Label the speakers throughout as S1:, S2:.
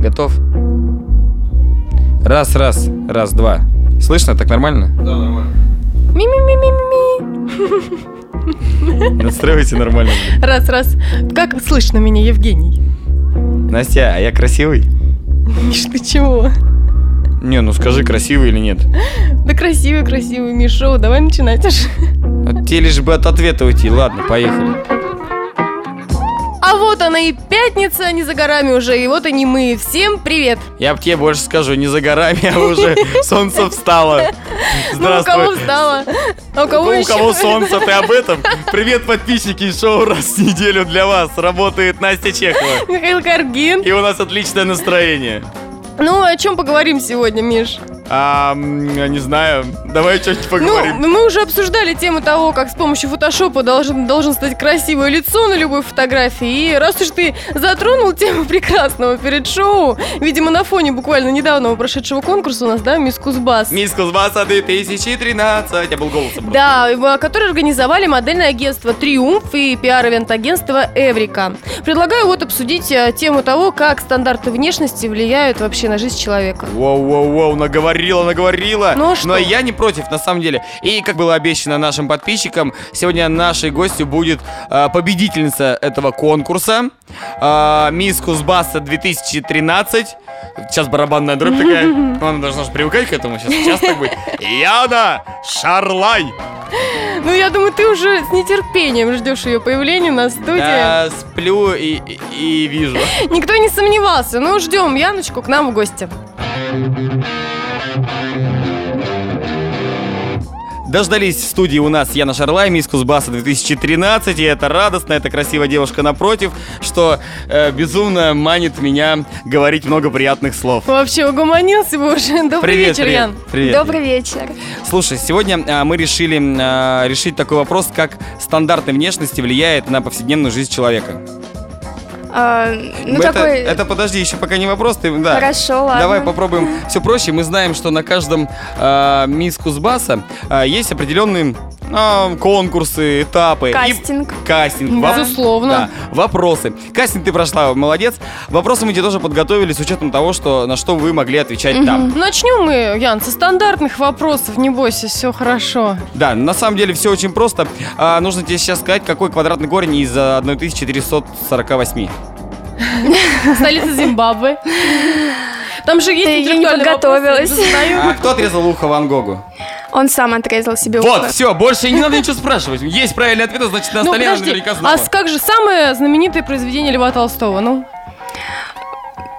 S1: Готов? Раз, раз, раз, два. Слышно? Так нормально?
S2: Да, нормально.
S3: Ми-ми-ми-ми-ми.
S1: Настраивайте нормально.
S3: Раз, раз. Как слышно меня, Евгений?
S1: Настя, а я красивый?
S3: Миш, ты чего?
S1: Не, ну скажи, красивый или нет.
S3: Да красивый, красивый, Мишо, давай начинать уже.
S1: Вот Ну, тебе лишь бы от ответа уйти. Ладно, поехали.
S3: А вот она и пятница, не за горами уже, и вот они мы. Всем привет!
S1: Я б тебе больше скажу, не за горами, а уже солнце встало.
S3: Ну, у
S1: Здравствуй.
S3: кого встало? А у кого
S1: Ну, у
S3: еще?
S1: кого солнце, ты об этом? Привет, подписчики, шоу раз в неделю для вас. Работает Настя Чехова.
S3: Михаил Каргин.
S1: И у нас отличное настроение.
S3: Ну, о чем поговорим сегодня, Миш?
S1: А, м, я не знаю, давай что-нибудь поговорим.
S3: Ну, мы уже обсуждали тему того, как с помощью фотошопа должен, должен стать красивое лицо на любой фотографии. И раз уж ты затронул тему прекрасного перед шоу, видимо, на фоне буквально недавнего прошедшего конкурса у нас, да, Мисс Кузбасс.
S1: Мисс Кузбасса 2013. Я был голосом. просто.
S3: Да, в- который организовали модельное агентство «Триумф» и пиар-эвент-агентство «Эврика». Предлагаю вот обсудить э, тему того, как стандарты внешности влияют вообще на жизнь человека.
S1: Воу-воу-воу, наговорила, наговорила.
S3: Ну, а что?
S1: Но я не против, на самом деле. И, как было обещано нашим подписчикам, сегодня нашей гостью будет э, победительница этого конкурса. э, мисс Кузбасса 2013. Сейчас барабанная дробь такая. Ну, Она должна же привыкать к этому сейчас. Сейчас так будет. Яна Шарлай.
S3: Ну, я думаю, ты уже с нетерпением ждешь ее появления на студии.
S1: Я сплю и, и- и вижу.
S3: Никто не сомневался. Ну, ждем Яночку к нам в гости.
S1: Дождались в студии у нас Яна Шарлай, мисс Кузбасса 2013, и это радостно, это красивая девушка напротив, что э, безумно манит меня говорить много приятных слов.
S3: Вообще, угомонился бы уже. Добрый
S1: Привет,
S3: вечер,
S1: привет,
S3: Ян.
S1: привет.
S3: Добрый вечер.
S1: Слушай, сегодня э, мы решили э, решить такой вопрос, как стандарты внешности влияет на повседневную жизнь человека.
S4: А, ну
S1: это,
S4: такой.
S1: это подожди, еще пока не вопрос, ты да.
S4: Хорошо, ладно.
S1: Давай попробуем все проще. Мы знаем, что на каждом э, мисс Кузбасса э, есть определенные э, конкурсы, этапы. И-
S4: Кастинг.
S1: Кастинг.
S3: Да.
S1: Воп-
S3: Безусловно.
S1: Да. Вопросы. Кастинг ты прошла, молодец. Вопросы мы тебе тоже подготовили с учетом того, что на что вы могли отвечать там.
S3: Начнем мы, Ян, со стандартных вопросов. Не бойся, все хорошо.
S1: Да, на самом деле все очень просто. А, нужно тебе сейчас сказать, какой квадратный корень из а, 1348.
S3: Столица Зимбабве. Там же есть
S4: Ты не
S3: интеллектуальные вопросы,
S4: подготовилась.
S3: я задаю.
S1: А кто отрезал ухо Ван Гогу?
S4: Он сам отрезал себе
S1: Вот,
S4: ухо.
S1: все, больше и не надо ничего спрашивать. Есть правильный ответ, а значит, на
S3: Ну,
S1: столе она
S3: подожди,
S1: наверняка знала.
S3: а с- как же самое знаменитое произведение Льва Толстого? Ну,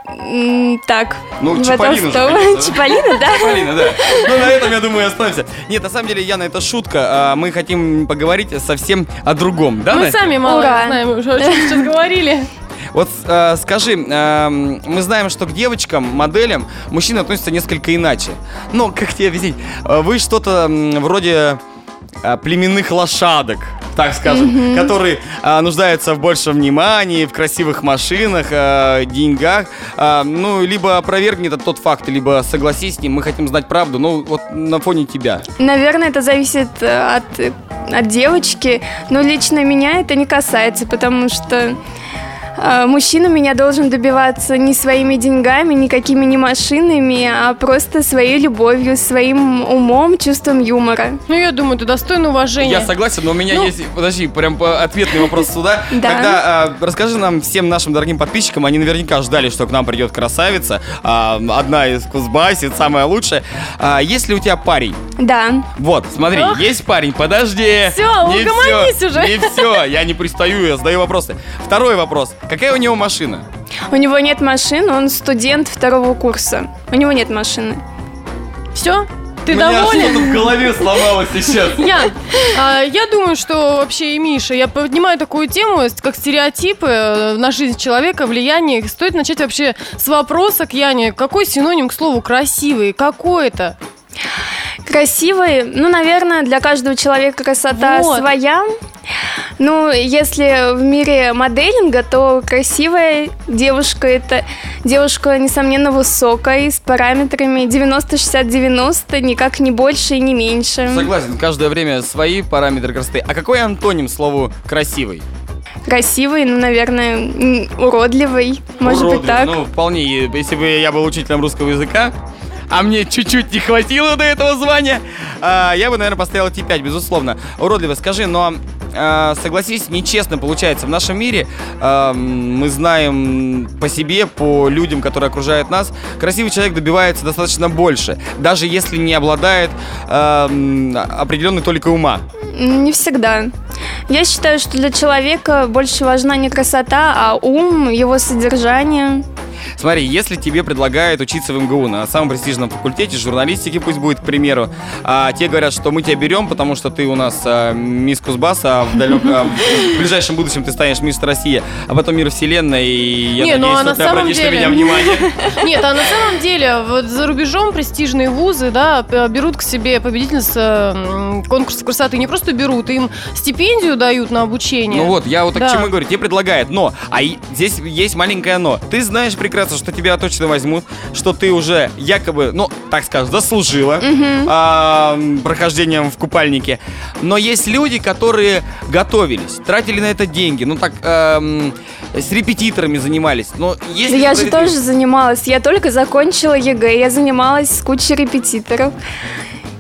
S4: М, так.
S1: Ну,
S4: Вот
S1: Чиполлино же,
S4: он
S1: конечно.
S4: что? Чиполлино, да?
S1: Полина, да. Ну, на этом, я думаю, и остановимся. Нет, на самом деле, Яна, это шутка. А, Мы хотим поговорить совсем о другом, да,
S3: мы
S1: Настя?
S3: сами мало
S4: Ура.
S3: знаем уже, о чем сейчас говорили.
S1: Вот э, скажи, эм, мы знаем, что к девочкам, моделям, мужчины относятся несколько иначе. Но, как тебе объяснить, э, вы что-то м, вроде э, племенных лошадок, так скажем, которые э, нуждаются в большем внимании, в красивых машинах, э, деньгах. Э, ну, либо опровергни этот тот факт, либо согласись с ним, мы хотим знать правду, ну, вот на фоне тебя.
S4: Наверное, это зависит э, от, э, от девочки, но лично меня это не касается, потому что э, мужчина меня должен добиваться не своими деньгами, никакими не машинами, а просто своей любовью, своим умом, чувством юмора.
S3: Ну, я думаю, ты достойна уважения.
S1: Я согласен, но у меня
S3: Ну.
S1: есть, подожди, прям по- ответный вопрос сюда.
S4: Да.
S1: Тогда а, расскажи нам всем нашим дорогим подписчикам, они наверняка ждали, что к нам придет красавица, а, одна из Кузбасси, самая лучшая. А, есть ли у тебя парень?
S4: Да.
S1: Вот, смотри,
S3: Ох.
S1: есть парень, подожди.
S3: Всё,
S1: Не
S3: угомонись
S1: всё,
S3: уже.
S1: Не все, я не пристаю, я задаю вопросы. Второй вопрос. Какая у него машина?
S4: У него нет машин, он студент второго курса. У него нет машины.
S3: Все? Ты
S1: У меня
S3: доволен?
S1: что-то в голове сломалось сейчас.
S3: Ян, а, я думаю, что вообще и Миша, я поднимаю такую тему, с- как стереотипы э, на жизнь человека, влияние. их. Стоит начать вообще с вопроса к Яне, какой синоним к слову красивый, какой это?
S4: Красивый, ну, наверное, для каждого человека красота
S3: Вот.
S4: своя. Ну, если в мире моделинга, то красивая девушка – это девушка, несомненно, высокая, с параметрами 90-60-90, никак не больше и не меньше.
S1: Согласен, каждое время свои параметры красоты. А какой антоним слову красивый?
S4: красивый, ну, наверное, м, уродливый. Может
S1: Уродливый.
S4: быть, так.
S1: Ну, вполне. И Если бы я был учителем русского языка, а мне чуть-чуть не хватило до этого звания, а, я бы, наверное, поставил Т5, безусловно. Уродливо, скажи, но а, согласись, нечестно получается. В нашем мире а, м, мы знаем по себе, по людям, которые окружают нас, красивый человек добивается достаточно больше, даже если не обладает а, м, определенной толикой ума.
S4: М, Не всегда. Я считаю, что для человека больше важна не красота, а ум, его содержание.
S1: Смотри, если тебе предлагают учиться в МГУ на самом престижном факультете журналистики, пусть будет, к примеру, а те говорят, что мы тебя берем, потому что ты у нас а, мисс Кузбасса, а в, далек- а в ближайшем будущем ты станешь мисс Россия, а потом мир вселенной, и я
S3: Не, ну,
S1: надеюсь,
S3: а
S1: что
S3: на
S1: ты
S3: самом
S1: обратишь на
S3: деле-
S1: меня внимание.
S3: Нет, а на самом деле, вот за рубежом престижные вузы, да, п- берут к себе победительниц э, м, конкурса красоты. Не просто берут, им стипендию дают на обучение.
S1: Ну вот, я вот так к
S3: Да.
S1: чему и говорю, тебе предлагают, но, а и- здесь есть маленькое но. Ты знаешь прекрасно, что тебя точно возьмут, что ты уже якобы, ну, так скажем, заслужила а, м, прохождением в купальнике. Но есть люди, которые готовились, тратили на это деньги, ну так, эм, с репетиторами занимались. Но
S4: Да
S1: если
S4: я же
S1: говорить-
S4: тоже занималась. Я только закончила ЕГЭ. Я занималась с кучей репетиторов.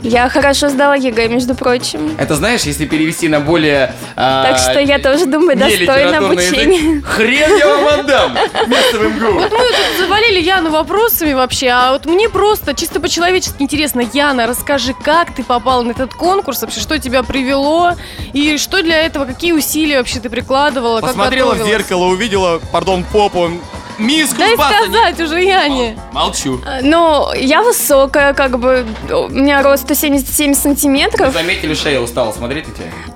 S4: Я хорошо сдала ЕГЭ, между прочим.
S1: Это знаешь, если перевести на более... а,
S4: Так что я тоже думаю,
S1: не
S4: достойно
S1: литературный язык,
S4: обучения.
S1: Хрен я вам отдам! Место в МГУ.
S3: Вот мы тут завалили Яну вопросами вообще, а вот мне просто чисто по-человечески интересно. Яна, расскажи, как ты попала на этот конкурс, вообще что тебя привело, и что для этого, какие усилия вообще ты
S4: А
S3: прикладывала,
S1: Посмотрела в
S3: как готовилась?
S1: зеркало, увидела, пардон, попу, миску
S3: Дай
S1: с пастой.
S3: сказать уже Яне.
S1: Молчу.
S4: Ну, я высокая, как бы, у меня рост 177
S1: Вы
S4: сантиметров,
S1: заметили, шея устала, смотрите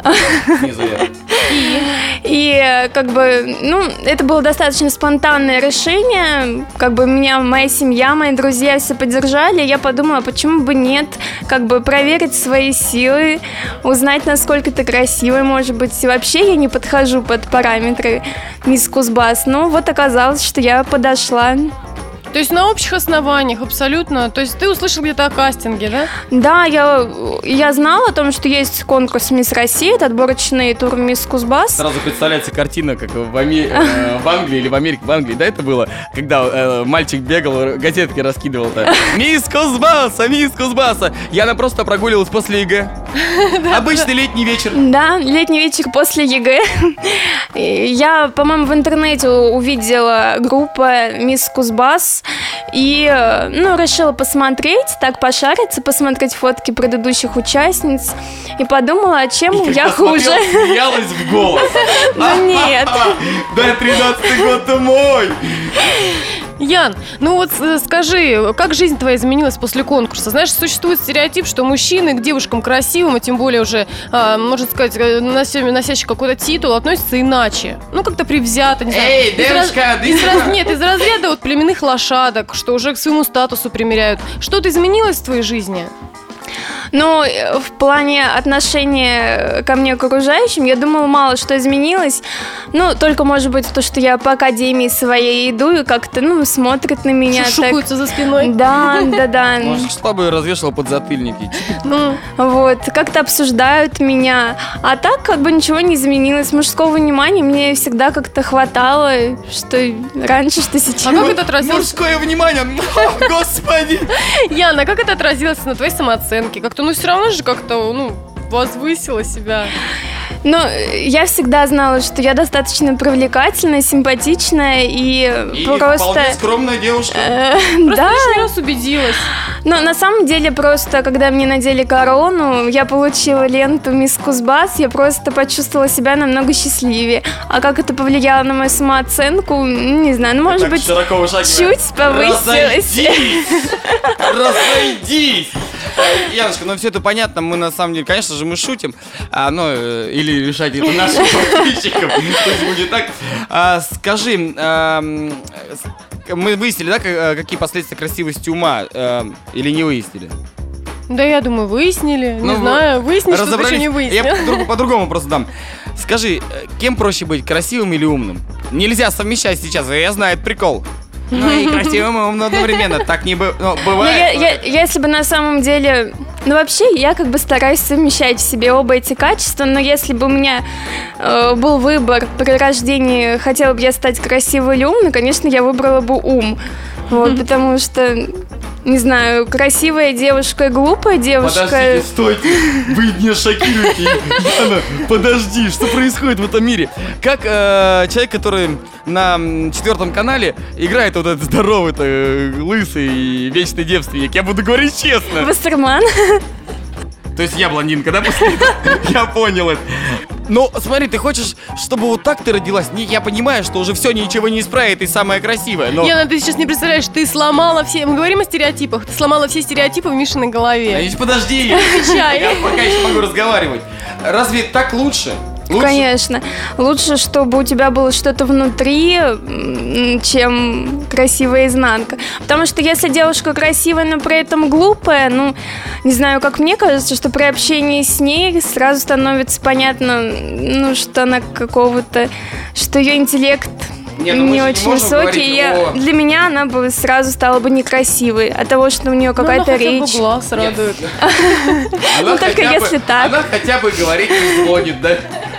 S1: на тебя. Снизу вверх.
S4: и, э, как бы, ну, это было достаточно спонтанное решение, как бы, меня, моя семья, мои друзья все поддержали, я подумала, почему бы нет, как бы, проверить свои силы, узнать, насколько ты красивая, может быть, и вообще я не подхожу под параметры мисс Кузбасс, ну, вот оказалось, что я подошла.
S3: То есть на общих основаниях абсолютно. То есть ты услышал где-то о кастинге, да?
S4: Да, я, я знала о том, что есть конкурс «Мисс Россия», это отборочный тур «Мисс Кузбасс».
S1: Сразу представляется картина, как в, Ами- э, в Англии или в Америке, в Англии, да, это было? Когда э, мальчик бегал, р- газетки раскидывал. да. Мисс Кузбасса, мисс Кузбасса. Я она просто прогуливалась после ЕГЭ. Обычный летний вечер.
S4: Да, летний вечер после ЕГЭ. И Я, по-моему, в интернете у- увидела группа «Мисс Кузбасс» и, э, ну, решила посмотреть, так пошариться, посмотреть фотки предыдущих участниц и подумала, а чем я хуже.
S1: Посмотрела, Смеялась в голос. А,
S4: Ну нет.
S1: Да, 13-й год ты мой.
S3: Ян, ну вот э, скажи, как жизнь твоя изменилась после конкурса? Знаешь, существует стереотип, что мужчины к девушкам красивым, а тем более уже, э, можно сказать, э, нося- носящий какой-то титул, относятся иначе. Ну, как-то привзято, не знаю.
S1: Эй,
S3: Из раз-
S1: девушка, ты
S3: из раз- Нет, из разряда вот племенных лошадок, что уже к своему статусу примеряют. Что-то изменилось в твоей жизни?
S4: Ну, э, в плане отношения ко мне к окружающим, я думала, мало что изменилось. Ну, только, может быть, то, что я по академии своей иду и как-то, ну, смотрят на меня так.
S3: Шушукаются за спиной.
S4: Да, да, да.
S1: Может, шла бы и развешивала подзатыльники.
S3: Ну,
S4: Вот, как-то обсуждают меня. А так, как бы ничего не изменилось. Мужского внимания мне всегда как-то хватало, что раньше, что сейчас.
S3: а как это отразилось?
S1: Мужское внимание, О, господи!
S3: Яна, а как это отразилось на твоей самооценке? Как-то, ну, все равно же как-то, ну, возвысила себя.
S4: Ну, э, я всегда знала, что я достаточно привлекательная, симпатичная и,
S1: И
S4: просто...
S1: вполне скромная девушка.
S4: э,
S3: Просто
S4: да,
S3: лишний раз убедилась.
S4: Но на самом деле просто, когда мне надели корону, я получила ленту Мисс Кузбасс, я просто почувствовала себя намного счастливее. А как это повлияло на мою самооценку, м, не знаю, ну, может
S1: Так
S4: быть,
S1: широко вышагивая.
S4: чуть повысилась.
S1: Разойдись! Разойдись! Э, Яночка, ну все это понятно, мы на самом деле, конечно же, мы шутим, а, ну, э, или решать это нашим подписчикам, пусть будет так. А, скажи, эм, с- мы выяснили, да, ка- э, какие последствия красивости ума, эм, или не выяснили?
S3: Да, я думаю, выяснили.
S1: Ну,
S3: не
S1: вы
S3: знаю, выяснили, что ты еще
S1: Разобрались.
S3: не выяснил.
S1: Я по-другому, по-другому просто дам. Скажи, э, кем проще быть, красивым или умным? Нельзя совмещать сейчас, я знаю, это прикол. Ну и красивым и умным одновременно, так не бы- ну,
S4: Но я-
S1: бывает.
S4: я- я, если бы на самом деле Ну, вообще, я как бы стараюсь совмещать в себе оба эти качества, но если бы у меня э, был выбор при рождении, хотела бы я стать красивой или умной, конечно, я выбрала бы ум. Вот, потому что, не знаю, красивая девушка и глупая девушка...
S1: Подождите, стойте! Вы меня шокируете! Яна, подожди, что происходит в этом мире? Как э, человек, который на м, четвертом канале играет вот этот здоровый, э, лысый, и вечный девственник, я буду говорить честно.
S4: Вассерман.
S1: То есть я блондинка, да, после этого? Я понял это. Ну, смотри, ты хочешь, чтобы вот так ты родилась? Не, я понимаю, что уже все ничего не исправит, и самое красивое, но... А
S3: Яна, ты сейчас не представляешь, ты сломала все... Мы говорим о стереотипах. Ты сломала все стереотипы в Мишиной
S1: А
S3: голове.
S1: ведь подожди, я
S3: Отвечай.
S1: пока еще могу разговаривать. Разве так лучше? Лучше?
S4: Конечно. Лучше, чтобы у тебя было что-то внутри, м, чем красивая изнанка. Потому что если девушка красивая, но при этом глупая, ну, не знаю, как мне кажется, что при общении с ней сразу становится понятно, ну, что она какого-то, что ее интеллект
S1: Не,
S4: не,
S1: ну мы же не
S4: очень
S1: можем
S4: высокий.
S1: говорить
S4: и я-
S1: о-
S4: Для меня она бы сразу стала бы некрасивой от того, что у нее
S3: Ну, она
S4: какая-то
S3: хотя бы
S4: речь.
S3: глаз радует.
S1: Она
S4: Ну, только
S1: хотя бы-
S4: если так.
S1: Она хотя бы говорить не звонит, да?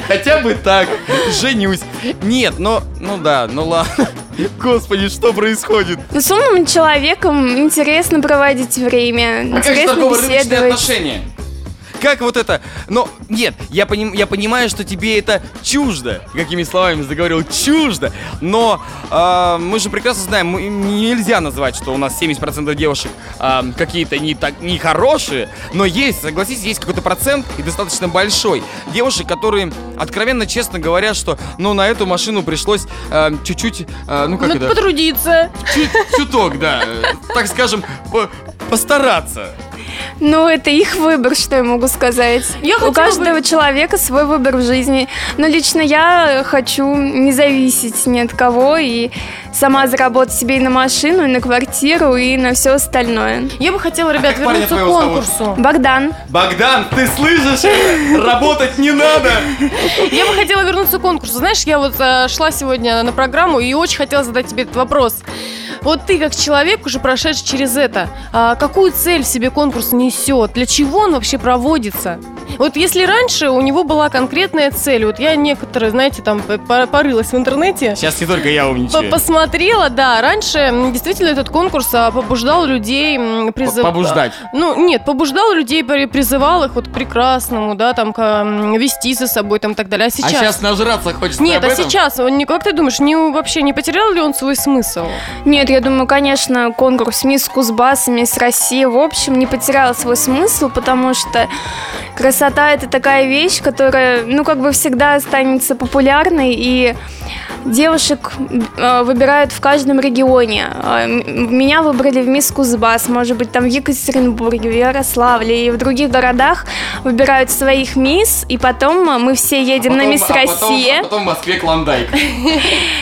S1: Хотя бы так. Женюсь. Нет, ну, ну да, ну ладно. Господи, что происходит?
S4: Ну, с умным человеком интересно проводить время,
S1: А как же
S4: интересно
S1: такого рыночные
S4: беседовать.
S1: отношения? Как вот это? Но нет, я, поним, я понимаю, что тебе это чуждо. Какими словами заговорил? Чуждо. Но а, мы же прекрасно знаем, мы- нельзя назвать, что у нас 70% девушек а, какие-то не так не хорошие. Но есть, согласитесь, есть какой-то процент и достаточно большой девушек, которые откровенно, честно говорят, что, ну, на эту машину пришлось а, чуть-чуть, а, ну как
S3: Надо
S1: это?
S3: потрудиться.
S1: Чуть- Чуток, да. э, Так скажем, по- постараться.
S4: Ну, это их выбор, что я могу сказать.
S3: Я хотела
S4: У каждого
S3: бы-
S4: человека свой выбор в жизни. Но лично я хочу не зависеть ни от кого и сама заработать себе и на машину, и на квартиру, и на все остальное.
S3: Я бы хотела, ребят,
S1: как парня
S3: вернуться к
S1: твоего зовут?
S3: конкурсу.
S4: Богдан,
S1: Богдан, ты слышишь? это? Работать не надо.
S3: Я бы хотела вернуться к конкурсу. Знаешь, я вот э, шла сегодня на программу и очень хотела задать тебе этот вопрос. Вот ты, как человек, уже прошедший через это, а, какую цель в себе конкурс несет? Для чего он вообще проводится? Вот если раньше у него была конкретная цель, вот я некоторые, знаете, там п- пор- порылась в интернете,
S1: Сейчас не только я
S3: П-
S1: умничаю.
S3: Посмотрела, да. Раньше м, действительно этот конкурс а, побуждал людей м, призыв...
S1: Побуждать.
S3: Ну, нет, побуждал людей, при- призывал их вот к прекрасному, да, там, к, м, вести за собой, там, и так далее. А
S1: А
S3: сейчас...
S1: сейчас нажраться хочется
S3: Нет,
S1: об
S3: а
S1: этом?
S3: сейчас, он, не- как ты думаешь, не, у- вообще не потерял ли он свой смысл?
S4: Нет, я думаю, конечно, конкурс «Мисс Кузбасс», «Мисс Россия» в общем не потерял свой смысл, потому что красота – это такая вещь, которая, ну, как бы всегда останется популярной, и девушек э, выбирают в каждом регионе. Э, м- Меня выбрали в «Мисс Кузбасс», может быть, там в Екатеринбурге, в Ярославле и в других городах выбирают своих мисс, и потом э, мы все едем на
S1: Потом-
S4: «Мисс
S1: а потом-
S4: Россия».
S1: а потом в Москве Клондайк.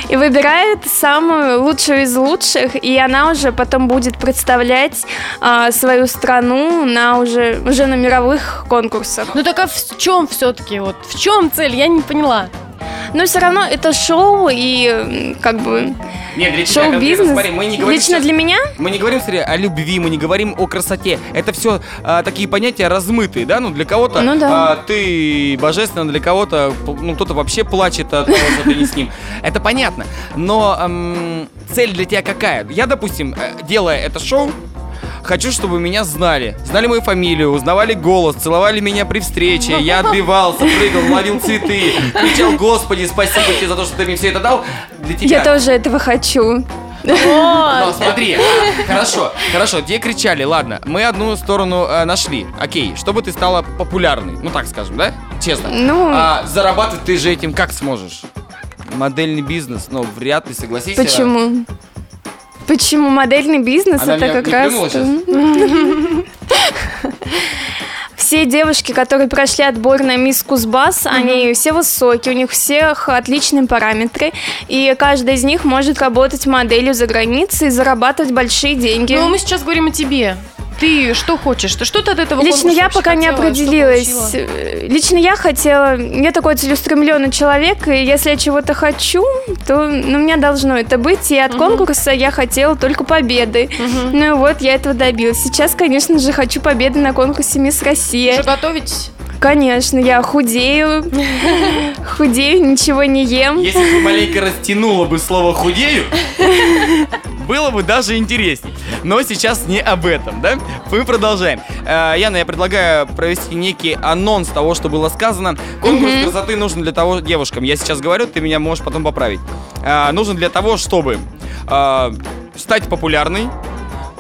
S4: И выбирает самую лучшую из лучших, и она уже потом будет представлять а, свою страну на уже, уже на мировых конкурсах.
S3: Ну так а в чем все-таки вот? В чем цель? Я не поняла.
S4: Но все равно это шоу и м, как бы
S1: Нет, для тебя конкретно,
S4: шоу-бизнес.
S1: смотри, мы не говорим
S4: Лично
S1: сейчас-
S4: для меня
S1: Мы не говорим смотри, о любви, мы не говорим о красоте. Это все такие понятия размытые, да? Ну, для кого-то
S4: Ну да.
S1: а, ты божественно, для кого-то, ну, кто-то вообще плачет от того, что ты не с ним. Это понятно. Но эм, цель для тебя какая? Я, допустим, э, делая это шоу, Хочу, чтобы меня знали. Знали мою фамилию, узнавали голос, целовали меня при встрече. Я отбивался, прыгал, ловил цветы, кричал «Господи, спасибо тебе за то, что ты мне все это дал». Для тебя.
S4: я тоже этого хочу.
S1: Ну,
S3: Вот.
S1: смотри, хорошо, хорошо, тебе кричали, ладно, мы одну сторону э, нашли, окей, чтобы ты стала популярной, ну так скажем, да, честно.
S4: Ну.
S1: А зарабатывать ты же этим как сможешь? Модельный бизнес, но вряд ли, согласись. э,
S4: Почему? Почему модельный бизнес
S1: Она
S4: это
S1: меня
S4: как
S1: не
S4: раз
S1: клюнула
S4: то. Все девушки, которые прошли отбор на мисс Кузбасс, они все высокие, у них всех отличные параметры, и каждая из них может работать моделью за границей и зарабатывать большие деньги.
S3: Ну мы сейчас говорим о тебе. ты что хочешь? Ты Что ты от этого
S4: Лично
S3: конкурса
S4: я
S3: вообще
S4: пока не
S3: хотела, что
S4: определилась. Э,
S3: получила?
S4: Лично я хотела, я такой целеустремленный человек, и если я чего-то хочу, то ну, у меня должно это быть. И от
S3: Мгм.
S4: конкурса я хотела только победы.
S3: Мгм.
S4: Ну и вот я этого добилась. Сейчас, конечно же, хочу победы на конкурсе Мисс Россия.
S3: Уже готовить?
S4: Конечно, я худею, худею, ничего не ем.
S1: Если бы маленько растянула бы слово «худею», было бы даже интересней. Но сейчас не об этом, да? Мы продолжаем. Э, Яна, я предлагаю провести некий анонс того, что было сказано. Конкурс
S4: Мгм.
S1: красоты нужен для того, девушкам, я сейчас говорю, ты меня можешь потом поправить. Э, Нужен для того, чтобы э, стать популярной,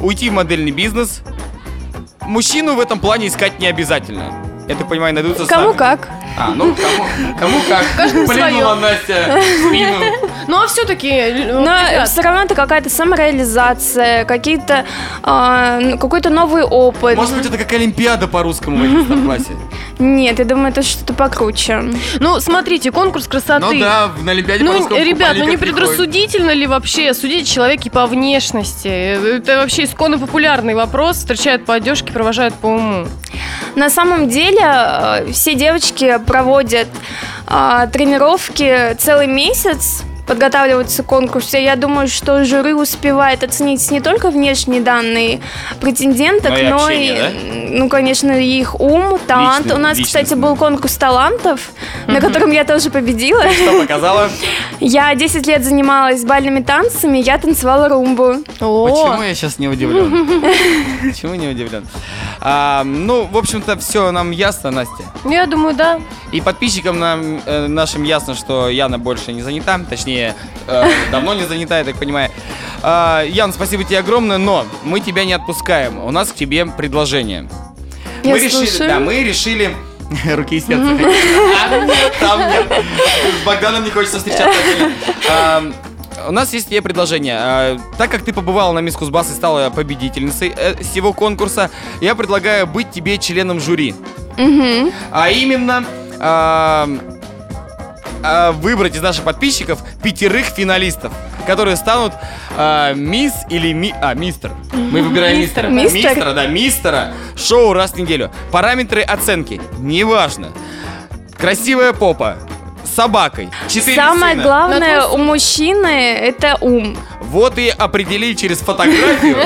S1: уйти в модельный бизнес. Мужчину в этом плане искать не обязательно. Я так понимаю, найдутся
S4: Кому
S1: сами.
S4: как.
S1: А, ну кому, кому как.
S3: Каждому
S1: Плюнула
S3: своё.
S1: Настя в спину.
S3: Ну а ну, все-таки,
S4: Но
S1: э,
S4: все равно это какая-то самореализация, какие-то, а, ну, какой-то новый опыт.
S1: Может быть, это как Олимпиада по русскому в 11 классе.
S4: Нет, я думаю, это что-то покруче.
S3: ну смотрите, конкурс красоты.
S1: Ну да, в- на Олимпиаде по
S3: А Ну,
S1: русскому
S3: ребят, ну не
S1: футболистов приходит.
S3: предрассудительно ли вообще судить человека по внешности? Э, Это вообще исконно популярный вопрос. Встречают по одежке, провожают по уму.
S4: На самом деле э, все девочки проводят а, тренировки целый месяц, подготавливаются к конкурсу. Я думаю, что жюри успевает оценить не только внешние данные претенденток,
S1: Но и
S4: но и,
S1: общение, да?
S4: ну, конечно, и их ум, талант.
S1: Личный-
S4: У нас, кстати,
S1: личностный.
S4: был конкурс талантов, на
S3: Мгм.
S4: котором я тоже победила.
S1: Что показала?
S4: Я 10 лет занималась бальными танцами, я танцевала румбу.
S3: О,
S1: Почему я сейчас не удивлен? Почему не удивлен? А, ну, в общем-то, все нам ясно, Настя.
S3: ну, я думаю, да.
S1: И подписчикам нам, э, нашим ясно, что Яна больше не занята. Точнее, э, давно не занята, я так понимаю. А, Ян, спасибо тебе огромное, но мы тебя не отпускаем. У нас к тебе предложение.
S4: Я
S1: мы решили,
S4: слушаю.
S1: да, мы решили. Руки и сердце. А, нет, Там нет. С Богданом не хочется встречаться. А, У нас есть тебе предложение. А, Так как ты побывала на Мисс Кузбасс и стала победительницей э, всего конкурса, я предлагаю быть тебе членом жюри.
S4: Мгм.
S1: А именно а, а, выбрать из наших подписчиков пятерых финалистов, которые станут а, мисс или ми, а мистер. Мы выбираем мистера.
S3: Мистер.
S4: Мистер.
S1: Мистера, да, мистера. Шоу раз в неделю. Параметры оценки. Неважно. Красивая попа. С собакой. Четыре сына.
S4: Самое
S3: На
S4: главное
S3: твой
S4: у мужчины это ум.
S1: Вот и определи через фотографию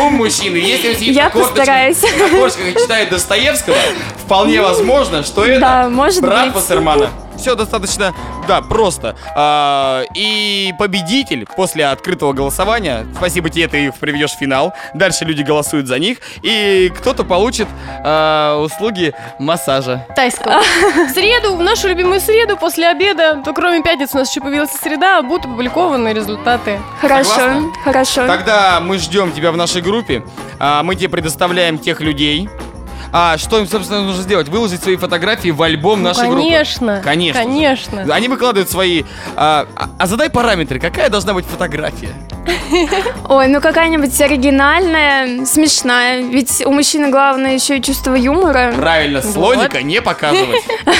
S1: ум мужчины. Если он сидит
S4: Я
S1: на корточках-
S4: постараюсь. Ну,
S1: на корточках и читает Достоевского, вполне возможно, что это
S4: Да, может
S1: брат
S4: быть.
S1: Вассермана. Все достаточно, да, просто. А, и победитель после открытого голосования, спасибо тебе, ты их приведешь в финал. Дальше люди голосуют за них. И кто-то получит а, услуги массажа.
S3: Тайского. В среду, в нашу любимую среду после обеда, то кроме пятниц у нас еще появилась среда, будут опубликованы результаты.
S4: Хорошо,
S1: Согласна?
S4: хорошо.
S1: Тогда мы ждем тебя в нашей группе. А, мы тебе предоставляем тех людей. А что им, собственно, нужно сделать? Выложить свои фотографии в альбом
S3: Ну,
S1: нашей
S3: конечно.
S1: группы. Конечно. же.
S3: Конечно.
S1: Они выкладывают свои... А, а- а задай параметры, какая должна быть фотография?
S4: Ой, ну какая-нибудь оригинальная, смешная. Ведь у мужчины главное еще и чувство юмора.
S1: Правильно, слоника не показывать.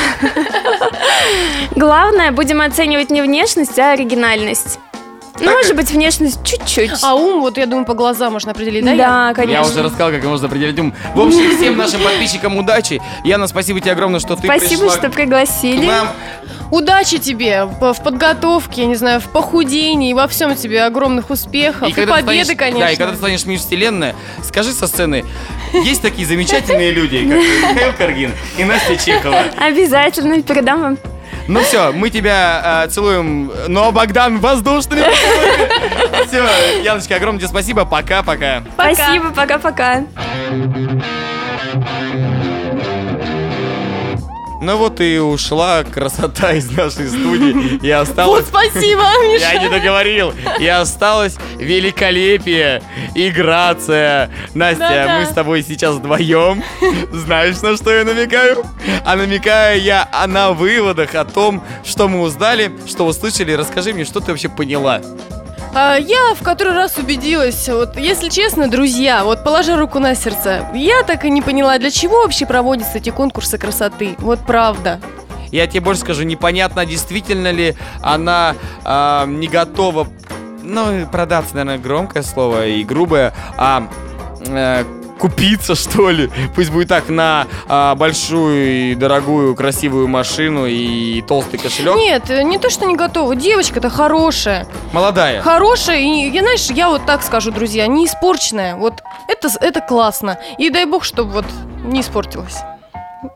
S4: Главное, будем оценивать не внешность, а оригинальность. Ну, может быть, внешность чуть-чуть.
S3: А ум, вот я думаю, по глазам можно определить, да? Ян?
S4: да,
S1: Я
S4: конечно.
S1: уже рассказал, как можно определить ум. В общем, всем нашим подписчикам удачи. Яна, спасибо тебе огромное, что ты
S4: Спасибо,
S1: пришла
S4: что
S1: к
S4: пригласили.
S1: нам.
S3: Удачи тебе по- в подготовке, я не знаю, в похудении, во всем тебе огромных успехов. И,
S1: когда ты
S3: победы,
S1: станешь-
S3: конечно.
S1: Да, и когда ты станешь Мисс Вселенная, скажи со сцены, есть такие замечательные люди, как Михаил Каргин и Настя Чехова.
S4: Обязательно передам вам.
S1: Ну все, мы тебя э, целуем, но Богдан воздушный. Все, Яночка, огромное тебе спасибо, пока-пока.
S3: Пока.
S4: Спасибо, пока-пока.
S1: Ну вот и ушла красота из нашей студии и
S3: Вот
S1: осталась...
S3: спасибо, Миша.
S1: Я не договорил. И осталось великолепие и грация. Настя,
S3: Да-да.
S1: мы с тобой сейчас вдвоем. Знаешь, на что я намекаю? А намекаю я а на выводах о том, что мы узнали, что услышали. Расскажи мне, что ты вообще поняла.
S3: А, Я в который раз убедилась, вот если честно, друзья, вот положа руку на сердце, я так и не поняла, для чего вообще проводятся эти конкурсы красоты. Вот правда.
S1: Я тебе больше скажу, непонятно, действительно ли она а, не готова, ну, продаться, наверное, громкое слово и грубое, а э, купиться, что ли. Пусть будет так, на а, большую и дорогую красивую машину и толстый кошелек.
S3: Нет, э, не то, что не готова. Девочка-то хорошая.
S1: Молодая.
S3: Хорошая, и, я, знаешь, я вот так скажу, друзья, не испорченная. Вот это, с- это классно. И дай бог, чтобы вот не испортилась.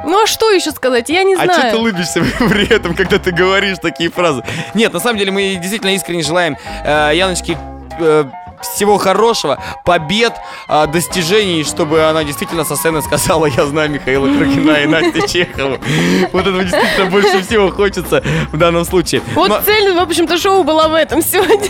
S3: Ну а что еще сказать? Я не
S1: А
S3: знаю.
S1: что ты улыбишься при этом, когда ты говоришь такие фразы? Нет, на самом деле мы действительно искренне желаем э, Яночке э, всего хорошего, побед, э, достижений, чтобы она действительно со сцены сказала «Я знаю Михаила Кракина и Настю Чехову». Вот этого действительно больше всего хочется в данном случае.
S3: Вот
S1: Но-
S3: цель, в общем-то, шоу была в этом сегодня.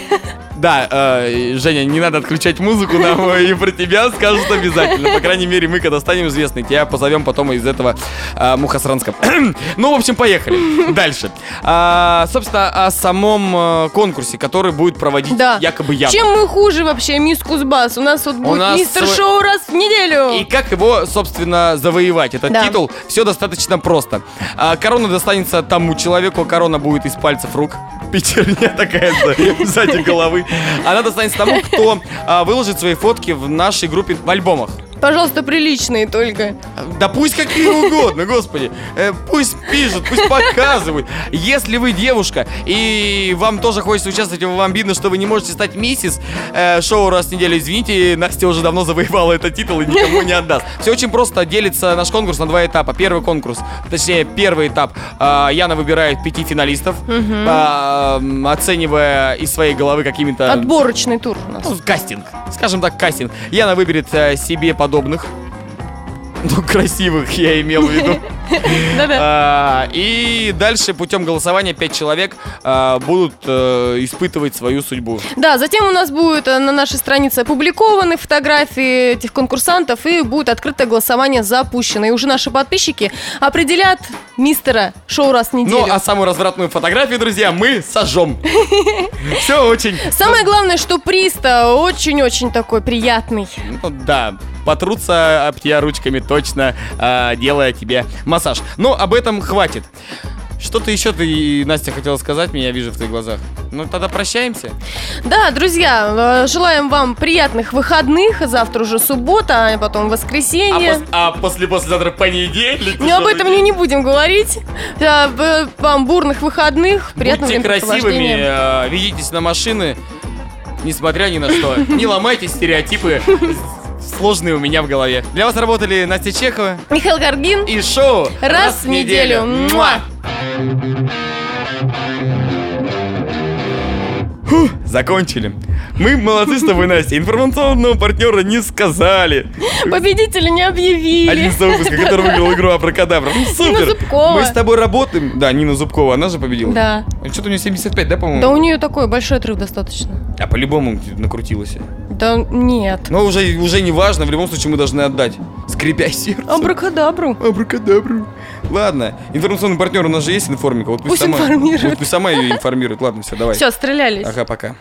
S1: Да, э, Женя, не надо отключать музыку нам, э, и про тебя скажут обязательно. По крайней мере, мы, когда станем известны, тебя позовем потом из этого э, Мухосранска. ну, в общем, поехали. Дальше. А, собственно, о самом э, конкурсе, который будет проводить
S3: Да.
S1: якобы я.
S3: Чем мы хуже вообще, мисс Кузбасс? У нас вот будет
S1: нас
S3: мистер
S1: свой-
S3: шоу раз в неделю.
S1: И как его, собственно, завоевать, этот
S3: Да.
S1: титул, все достаточно просто. А, корона достанется тому человеку, корона будет из пальцев рук. Пятерня такая за- сзади головы. Она достанется тому, кто а, выложит свои фотки в нашей группе в альбомах.
S3: Пожалуйста, приличные только.
S1: Эм. Да пусть какие угодно, господи. Э, Пусть пишут, пусть показывают. Если вы девушка, и вам тоже хочется участвовать, и вам видно, что вы не можете стать миссис, э, шоу раз в неделю, извините, Настя уже давно завоевала этот титул и никому не отдаст. Все очень просто. Делится наш конкурс на два этапа. Первый конкурс, точнее, первый этап. э, Яна выбирает пяти финалистов, а, м, оценивая из своей головы какими-то...
S3: Отборочный тур у нас.
S1: Ну, кастинг. Скажем так, кастинг. Яна выберет э, себе подобных. Ну, красивых я имел в виду.
S3: Да-да.
S1: А, И дальше путем голосования пять человек а, будут э, испытывать свою судьбу.
S3: Да, затем у нас будет э, на нашей странице опубликованы фотографии этих конкурсантов и будет открытое голосование запущено. И уже наши подписчики определят мистера шоу раз в неделю.
S1: Ну, а самую развратную фотографию, друзья, мы сожжем. Все очень...
S3: Самое главное, что приз-то очень-очень такой приятный.
S1: Ну, да, потрутся об тебя ручками точно, а, делая тебе массаж. Но об этом хватит. Что-то еще ты, Настя, хотела сказать, меня вижу в твоих глазах. Ну, тогда прощаемся.
S3: Да, друзья, э, желаем вам приятных выходных. Завтра уже суббота, а потом воскресенье.
S1: А, после послезавтра понедельник.
S3: Но об этом мы не будем говорить. Э, б- Вам бурных выходных, приятного
S1: Будьте красивыми,
S3: времяпрепровождения.
S1: э, ведитесь на машины, несмотря ни на что. Не ломайте стереотипы, сложные у меня в голове. Для вас работали Настя Чехова
S3: Михаил Горгин.
S1: и шоу
S3: Раз в неделю. Муа.
S1: Фух, закончили. Мы молодцы с тобой, Настя. Информационного партнера не сказали.
S3: Победителя не объявили.
S1: Одиннадцатого выпуска, который выиграл игру Абракадабра. Ну, супер.
S3: Зубкова.
S1: Мы с тобой работаем. Да, Нина Зубкова, она же победила. Ну,
S3: Да.
S1: Что-то у нее 75, да, по-моему?
S3: Да у нее такой большой отрыв достаточно.
S1: А по-любому накрутилась.
S3: Да нет.
S1: Но уже, уже не важно, в любом случае мы должны отдать. Скрипя сердце.
S3: Абракадабру.
S1: Абракадабру. Ладно, информационный партнер у нас же есть информика. Вот пусть,
S3: Пусть
S1: сама,
S3: информирует.
S1: Вот пусть сама ее информирует. Ладно, все, давай.
S3: Все, стрелялись.
S1: Ага, пока.